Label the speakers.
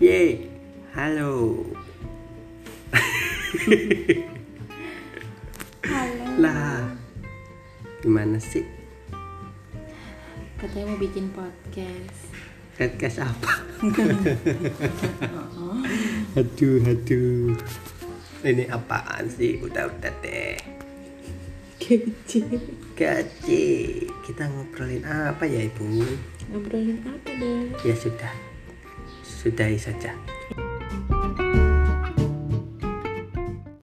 Speaker 1: Ye, halo.
Speaker 2: Halo.
Speaker 1: Lah, gimana sih?
Speaker 2: Katanya mau bikin podcast.
Speaker 1: Podcast apa? aduh, aduh. Ini apaan sih? Udah, udah deh.
Speaker 2: Kecil.
Speaker 1: Gaji, kita ngobrolin apa ya ibu?
Speaker 2: Ngobrolin apa deh?
Speaker 1: Ya sudah, sudahi saja.